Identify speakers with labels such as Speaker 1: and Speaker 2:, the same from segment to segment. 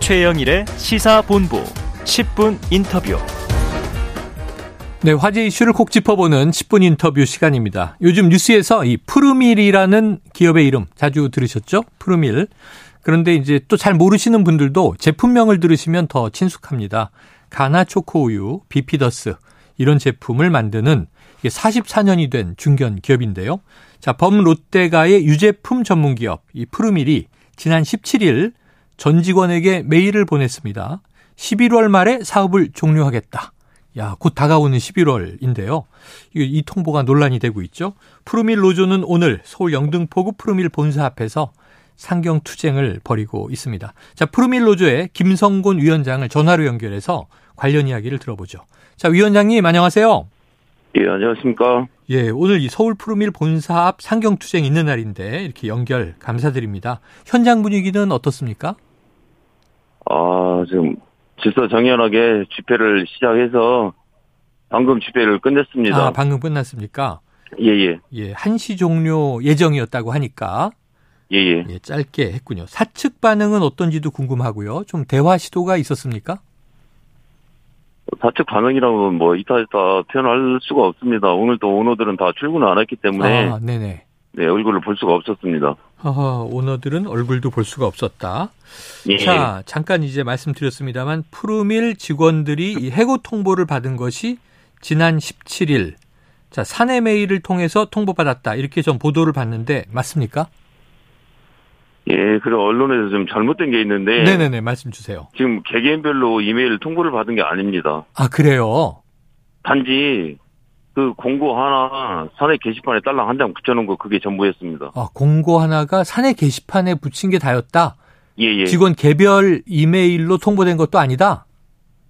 Speaker 1: 최영일의 시사본부 10분 인터뷰.
Speaker 2: 네, 화제 이슈를 콕 짚어보는 10분 인터뷰 시간입니다. 요즘 뉴스에서 이 푸르밀이라는 기업의 이름 자주 들으셨죠? 푸르밀. 그런데 이제 또 잘 모르시는 분들도 제품명을 들으시면 더 친숙합니다. 가나 초코우유, 비피더스 이런 제품을 만드는 이게 44년이 된 중견 기업인데요. 자, 범 롯데가의 유제품 전문 기업 이 푸르밀이 지난 17일 전 직원에게 메일을 보냈습니다. 11월 말에 사업을 종료하겠다. 야, 곧 다가오는 11월인데요. 이, 이 통보가 논란이 되고 있죠. 푸르밀 노조는 오늘 서울 영등포구 푸르밀 본사 앞에서 상경 투쟁을 벌이고 있습니다. 자, 푸르밀 노조의 김성곤 위원장을 전화로 연결해서 관련 이야기를 들어보죠. 자, 위원장님 안녕하세요.
Speaker 3: 예, 안녕하십니까.
Speaker 2: 예, 오늘 이 서울 푸르밀 본사 앞 상경 투쟁 있는 날인데 이렇게 연결 감사드립니다. 현장 분위기는 어떻습니까?
Speaker 3: 아, 지금 질서정연하게 집회를 시작해서 방금 집회를 끝냈습니다.
Speaker 2: 아, 방금 끝났습니까?
Speaker 3: 예, 예,
Speaker 2: 예, 1시 종료 예정이었다고 하니까
Speaker 3: 예, 예.
Speaker 2: 예, 짧게 했군요. 사측 반응은 어떤지도 궁금하고요. 좀 대화 시도가 있었습니까?
Speaker 3: 사측 반응이라면 뭐 이따 이따 표현할 수가 없습니다. 오늘도 오너들은 다 출근을 안 했기 때문에
Speaker 2: 아, 네네.
Speaker 3: 네, 얼굴을 볼 수가 없었습니다.
Speaker 2: 허허, 오너들은 얼굴도 볼 수가 없었다.
Speaker 3: 예,
Speaker 2: 자, 잠깐 이제 말씀드렸습니다만 푸르밀 직원들이 이 해고 통보를 받은 것이 지난 17일 자, 사내 메일을 통해서 통보받았다. 이렇게 좀 보도를 봤는데 맞습니까?
Speaker 3: 예, 그리고 언론에서 좀 잘못된 게 있는데
Speaker 2: 네네네. 말씀 주세요.
Speaker 3: 지금 개개인별로 이메일 통보를 받은 게 아닙니다.
Speaker 2: 아, 그래요.
Speaker 3: 단지 그 공고 하나 사내 게시판에 딸랑 한 장 붙여놓은 거 그게 전부였습니다.
Speaker 2: 아, 공고 하나가 사내 게시판에 붙인 게 다였다.
Speaker 3: 예, 예.
Speaker 2: 직원 개별 이메일로 통보된 것도 아니다.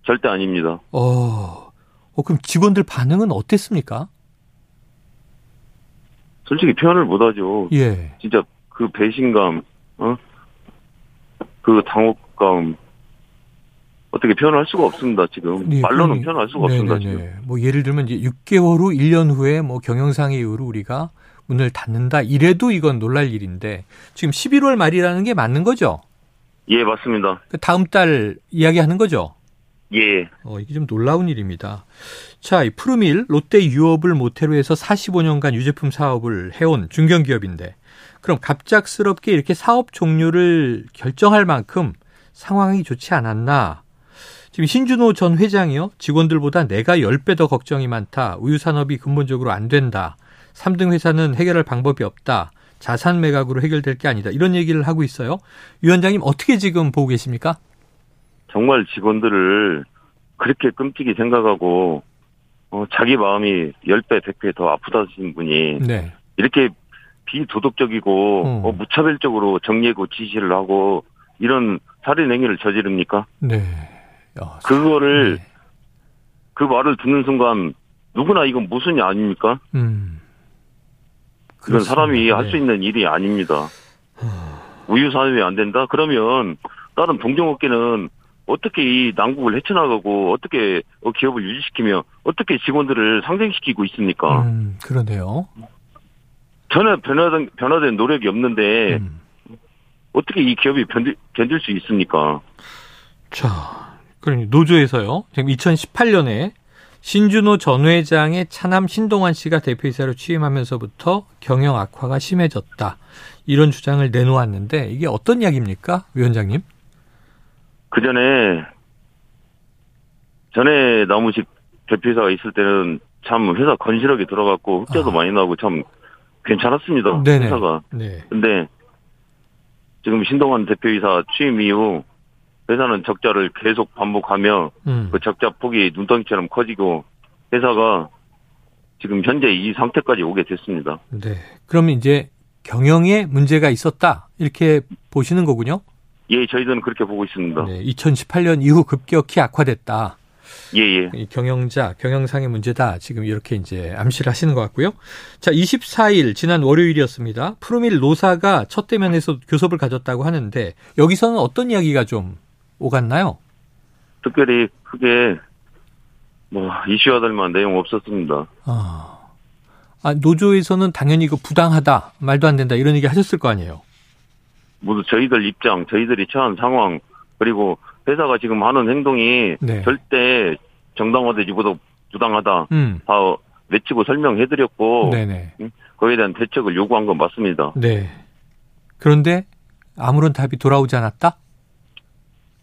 Speaker 3: 절대 아닙니다.
Speaker 2: 어, 어, 그럼 직원들 반응은 어땠습니까?
Speaker 3: 솔직히 표현을 못하죠.
Speaker 2: 예.
Speaker 3: 진짜 그 배신감, 어? 그 당혹감 어떻게 표현할 수가 없습니다. 지금
Speaker 2: 예,
Speaker 3: 말로는
Speaker 2: 그러니-
Speaker 3: 표현할 수가 없습니다.
Speaker 2: 네네네.
Speaker 3: 지금
Speaker 2: 뭐 예를 들면 이제 6개월 후, 1년 후에 뭐 경영상의 이유로 우리가 문을 닫는다. 이래도 이건 놀랄 일인데 지금 11월 말이라는 게 맞는 거죠?
Speaker 3: 예 맞습니다.
Speaker 2: 그 다음 달 이야기하는 거죠?
Speaker 3: 예
Speaker 2: 어, 이게 좀 놀라운 일입니다. 자, 이 푸르밀, 롯데 유업을 모태로 해서 45년간 유제품 사업을 해온 중견기업인데, 그럼 갑작스럽게 이렇게 사업 종료를 결정할 만큼 상황이 좋지 않았나. 지금 신준호 전 회장이요, 직원들보다 내가 10배 더 걱정이 많다. 우유산업이 근본적으로 안 된다. 3등 회사는 해결할 방법이 없다. 자산 매각으로 해결될 게 아니다. 이런 얘기를 하고 있어요. 위원장님, 어떻게 지금 보고 계십니까?
Speaker 3: 정말 직원들을 그렇게 끔찍이 생각하고 어, 자기 마음이 10배 100배 더 아프다신 분이
Speaker 2: 네.
Speaker 3: 이렇게 비도덕적이고
Speaker 2: 음.
Speaker 3: 어, 무차별적으로 정리하고 지시를 하고 이런 살인 행위를 저지릅니까?
Speaker 2: 네. 야,
Speaker 3: 그거를
Speaker 2: 네.
Speaker 3: 그 말을 듣는 순간 누구나 이건 무슨이 아닙니까?
Speaker 2: 음.
Speaker 3: 그건
Speaker 2: 그렇습니다.
Speaker 3: 사람이 할
Speaker 2: 네.
Speaker 3: 수 있는 일이 아닙니다. 우유 산업이 안 된다? 그러면 다른 동종업계는 어떻게 이 난국을 헤쳐나가고 어떻게 어, 기업을 유지시키며 어떻게 직원들을 상생시키고 있습니까?
Speaker 2: 음, 그러네요.
Speaker 3: 전혀 변화된, 변화된 노력이 없는데
Speaker 2: 음.
Speaker 3: 어떻게 이 기업이 견딜, 견딜 수 있습니까?
Speaker 2: 자, 그럼 노조에서요. 지금 2018년에 신준호 전 회장의 차남 신동환 씨가 대표이사로 취임하면서부터 경영 악화가 심해졌다. 이런 주장을 내놓았는데 이게 어떤 이야기입니까, 위원장님?
Speaker 3: 그 전에 전에 나무식 대표이사가 있을 때는 참 회사 건실하게 들어갔고 흑자도
Speaker 2: 아.
Speaker 3: 많이 나고 참 괜찮았습니다.
Speaker 2: 네네.
Speaker 3: 회사가.
Speaker 2: 네.
Speaker 3: 근데 지금 신동환 대표이사 취임 이후 회사는 적자를 계속 반복하며
Speaker 2: 음.
Speaker 3: 그 적자 폭이 눈덩이처럼 커지고 회사가 지금 현재 이 상태까지 오게 됐습니다.
Speaker 2: 네. 그럼 이제 경영에 문제가 있었다. 이렇게 보시는 거군요.
Speaker 3: 예, 저희들은 그렇게 보고 있습니다.
Speaker 2: 네. 2018년 이후 급격히 악화됐다.
Speaker 3: 예, 예.
Speaker 2: 이 경영자, 경영상의 문제다. 지금 이렇게 이제 암시를 하시는 것 같고요. 자, 24일, 지난 월요일이었습니다. 푸르밀 노사가 첫 대면에서 교섭을 가졌다고 하는데, 여기서는 어떤 이야기가 좀 오갔나요?
Speaker 3: 특별히 크게 뭐 이슈화 될 만한 내용 없었습니다.
Speaker 2: 아, 아, 노조에서는 당연히 이거 부당하다, 말도 안 된다, 이런 얘기 하셨을 거 아니에요?
Speaker 3: 모두 저희들 입장, 저희들이 처한 상황, 그리고 회사가 지금 하는 행동이
Speaker 2: 네.
Speaker 3: 절대 정당화되지 못 부당하다
Speaker 2: 음.
Speaker 3: 다 외치고 설명해드렸고
Speaker 2: 네네.
Speaker 3: 거기에 대한 대책을 요구한 건 맞습니다.
Speaker 2: 네. 그런데 아무런 답이 돌아오지 않았다?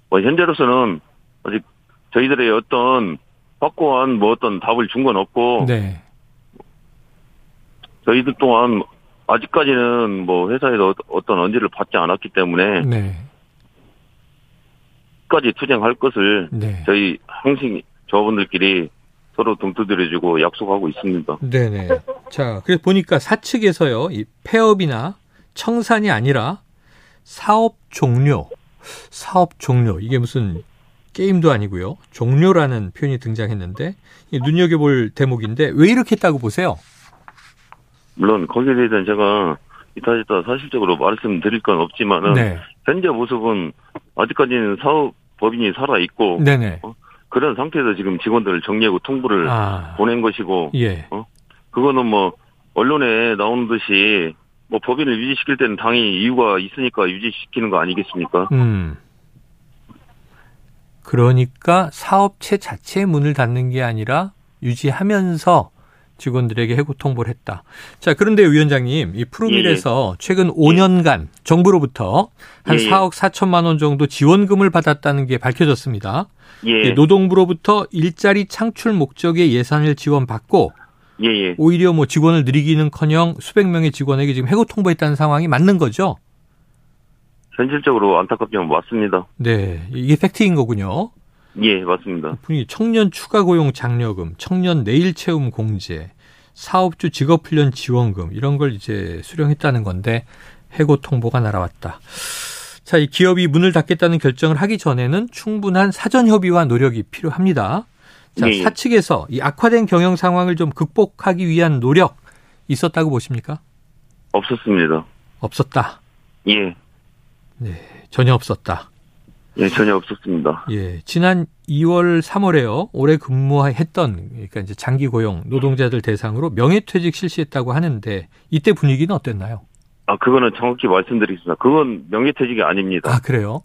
Speaker 3: 뭐 현재로서는 아직 저희들의 어떤 확고한 뭐 어떤 답을 준 건 없고
Speaker 2: 네.
Speaker 3: 저희들 또한 아직까지는 뭐 회사에서 어- 어떤 언지를 받지 않았기 때문에
Speaker 2: 네.
Speaker 3: 끝까지 투쟁할 것을
Speaker 2: 네.
Speaker 3: 저희 항상 저분들끼리 서로 동두드려주고 약속하고 있습니다.
Speaker 2: 네네. 자, 그래서 보니까 사측에서요, 이 폐업이나 청산이 아니라 사업 종료, 사업 종료, 이게 무슨 게임도 아니고요. 종료라는 표현이 등장했는데, 이 눈여겨볼 대목인데, 왜 이렇게 했다고 보세요?
Speaker 3: 물론 거기에 대해서는 제가 이따 이따 사실적으로 말씀드릴 건 없지만은
Speaker 2: 네.
Speaker 3: 현재 모습은 아직까지는 사업 법인이 살아 있고
Speaker 2: 네네.
Speaker 3: 그런 상태에서 지금 직원들을 정리하고 통보를
Speaker 2: 아,
Speaker 3: 보낸 것이고
Speaker 2: 예.
Speaker 3: 그거는 뭐 언론에 나오는 듯이 뭐 법인을 유지시킬 때는 당연히 이유가 있으니까 유지시키는 거 아니겠습니까?
Speaker 2: 음. 그러니까 사업체 자체의 문을 닫는 게 아니라 유지하면서 직원들에게 해고 통보를 했다. 자, 그런데 위원장님, 이 프로밀에서 최근 5년간 정부로부터 한
Speaker 3: 예, 예.
Speaker 2: 4억 4천만 원 정도 지원금을 받았다는 게 밝혀졌습니다.
Speaker 3: 예,
Speaker 2: 이 노동부로부터 일자리 창출 목적의 예산을 지원받고
Speaker 3: 예, 예.
Speaker 2: 오히려 뭐 직원을 늘리기는커녕 수백 명의 직원에게 지금 해고 통보했다는 상황이 맞는 거죠?
Speaker 3: 현실적으로 안타깝지만 맞습니다.
Speaker 2: 네, 이게 팩트인 거군요.
Speaker 3: 예, 맞습니다.
Speaker 2: 분이 청년 추가 고용 장려금, 청년 내일 채움 공제, 사업주 직업 훈련 지원금 이런 걸 이제 수령했다는 건데 해고 통보가 날아왔다. 자, 이 기업이 문을 닫겠다는 결정을 하기 전에는 충분한 사전 협의와 노력이 필요합니다. 자,
Speaker 3: 예.
Speaker 2: 사측에서 이 악화된 경영 상황을 좀 극복하기 위한 노력 있었다고 보십니까?
Speaker 3: 없었습니다.
Speaker 2: 없었다.
Speaker 3: 예,
Speaker 2: 전혀 없었다.
Speaker 3: 예, 전혀 없었습니다.
Speaker 2: 예, 지난 2월, 3월에요. 올해 근무했던 그러니까 이제 장기 고용 노동자들 대상으로 명예퇴직 실시했다고 하는데 이때 분위기는 어땠나요?
Speaker 3: 아, 그거는 정확히 말씀드리겠습니다. 그건 명예퇴직이 아닙니다. 아.
Speaker 2: 아 그래요?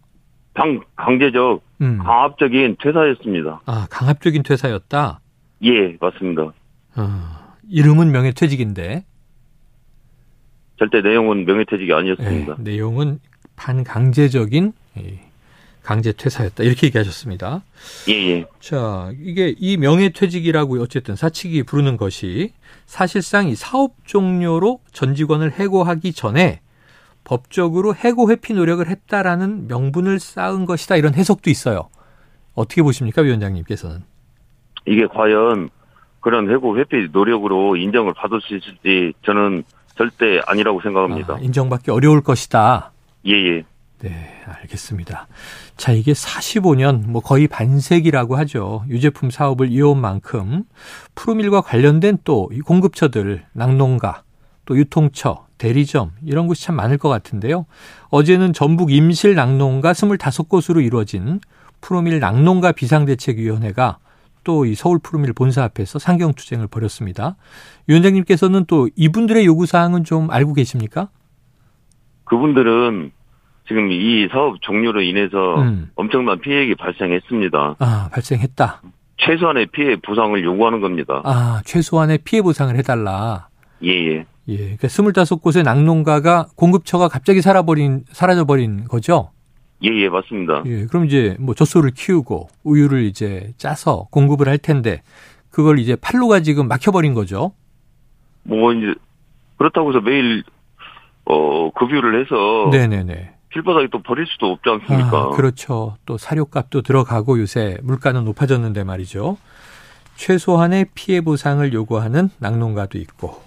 Speaker 3: 당, 강제적,
Speaker 2: 음,
Speaker 3: 강압적인 퇴사였습니다.
Speaker 2: 아 강압적인 퇴사였다.
Speaker 3: 예, 맞습니다.
Speaker 2: 어, 이름은 명예퇴직인데
Speaker 3: 절대 내용은 명예퇴직이
Speaker 2: 예,
Speaker 3: 아니었습니다.
Speaker 2: 내용은 반강제적인 예, 강제 퇴사였다 이렇게 얘기하셨습니다.
Speaker 3: 예, 예,
Speaker 2: 자, 이게 이 명예퇴직이라고 어쨌든 사측이 부르는 것이 사실상 이 사업 종료로 전 직원을 해고하기 전에 법적으로 해고 회피 노력을 했다라는 명분을 쌓은 것이다 이런 해석도 있어요. 어떻게 보십니까, 위원장님께서는?
Speaker 3: 이게 과연 그런 해고 회피 노력으로 인정을 받을 수 있을지 저는 절대 아니라고 생각합니다.
Speaker 2: 아, 인정받기 어려울 것이다.
Speaker 3: 예, 예.
Speaker 2: 네, 알겠습니다. 자, 이게 45년, 뭐 거의 반세기라고 하죠. 유제품 사업을 이어온 만큼 프로밀과 관련된 또이 공급처들, 낙농가, 또 유통처, 대리점 이런 곳이 참 많을 것 같은데요. 어제는 전북 임실 낙농가 25곳으로 이루어진 프로밀 낙농가 비상대책위원회가 또 이 서울 프로밀 본사 앞에서 상경 투쟁을 벌였습니다. 위원장님께서는 또 이분들의 요구 사항은 좀 알고 계십니까?
Speaker 3: 그분들은 지금 이 사업 종료로 인해서
Speaker 2: 음.
Speaker 3: 엄청난 피해액이 발생했습니다.
Speaker 2: 아, 발생했다.
Speaker 3: 최소한의 피해 보상을 요구하는 겁니다.
Speaker 2: 아, 최소한의 피해 보상을 해달라.
Speaker 3: 예, 예.
Speaker 2: 예, 그러니까 25곳의 낙농가가 공급처가 갑자기 살아버린, 사라져버린 거죠?
Speaker 3: 예, 예, 맞습니다.
Speaker 2: 예, 그럼 이제 뭐 젖소를 키우고 우유를 이제 짜서 공급을 할 텐데 그걸 이제 판로가 지금 막혀버린 거죠?
Speaker 3: 뭐, 이제, 그렇다고 해서 매일, 어, 급유를 해서
Speaker 2: 네네네.
Speaker 3: 길바닥에 또 버릴 수도 없지 않습니까?
Speaker 2: 아, 그렇죠. 또 사료값도 들어가고 요새 물가는 높아졌는데 말이죠. 최소한의 피해 보상을 요구하는 낙농가도 있고.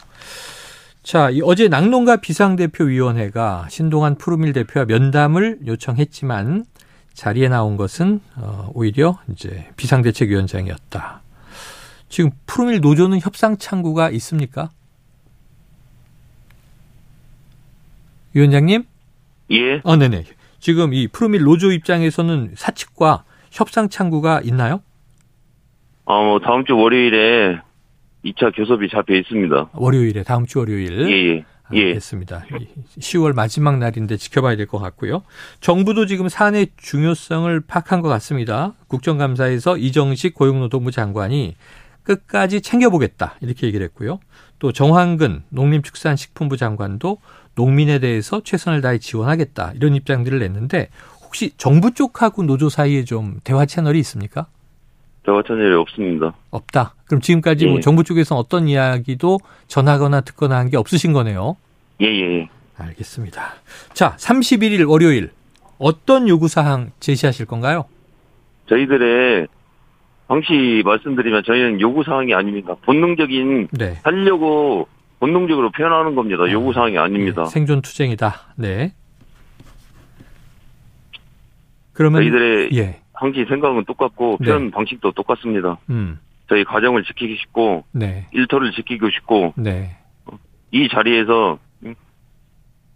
Speaker 2: 자, 이 어제 낙농가 비상대표위원회가 신동한 푸르밀 대표와 면담을 요청했지만 자리에 나온 것은 어, 오히려 이제 비상대책위원장이었다. 지금 푸르밀 노조는 협상 창구가 있습니까? 위원장님?
Speaker 3: 예,
Speaker 2: 아, 네네. 지금 이 프로밀 노조 입장에서는 사측과 협상 창구가 있나요?
Speaker 3: 아, 뭐, 다음 주 월요일에 2차 교섭이 잡혀 있습니다.
Speaker 2: 월요일에 다음 주 월요일.
Speaker 3: 예, 예. 예.
Speaker 2: 알겠습니다. 10월 마지막 날인데 지켜봐야 될 것 같고요. 정부도 지금 산의 중요성을 파악한 것 같습니다. 국정감사에서 이정식 고용노동부 장관이 끝까지 챙겨보겠다 이렇게 얘기를 했고요. 또 정황근 농림축산식품부 장관도 농민에 대해서 최선을 다해 지원하겠다 이런 입장들을 냈는데 혹시 정부 쪽하고 노조 사이에 좀 대화 채널이 있습니까?
Speaker 3: 대화 채널이 없습니다.
Speaker 2: 없다. 그럼 지금까지
Speaker 3: 예.
Speaker 2: 뭐 정부 쪽에서 어떤 이야기도 전하거나 듣거나 한 게 없으신 거네요.
Speaker 3: 예, 예.
Speaker 2: 알겠습니다. 자, 31일 월요일 어떤 요구 사항 제시하실 건가요?
Speaker 3: 저희들의 방시 말씀드리면 저희는 요구 사항이 아닙니다. 본능적인
Speaker 2: 네.
Speaker 3: 하려고 본능적으로 표현하는 겁니다. 요구 사항이 아닙니다.
Speaker 2: 예, 생존 투쟁이다. 네. 그러면
Speaker 3: 저희들의
Speaker 2: 예.
Speaker 3: 항시 생각은 똑같고
Speaker 2: 네.
Speaker 3: 표현 방식도 똑같습니다.
Speaker 2: 음.
Speaker 3: 저희 가정을 지키고 싶고
Speaker 2: 네.
Speaker 3: 일터를 지키고 싶고
Speaker 2: 네.
Speaker 3: 이 자리에서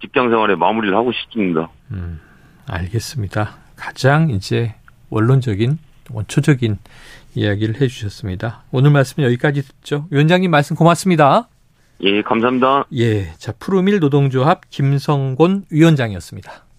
Speaker 3: 직장 생활의 마무리를 하고 싶습니다.
Speaker 2: 음. 알겠습니다. 가장 이제 원론적인 원초적인 이야기를 해 주셨습니다. 오늘 말씀 여기까지 듣죠. 위원장님 말씀 고맙습니다.
Speaker 3: 예, 감사합니다.
Speaker 2: 예, 자 푸르밀 노동조합 김성곤 위원장이었습니다.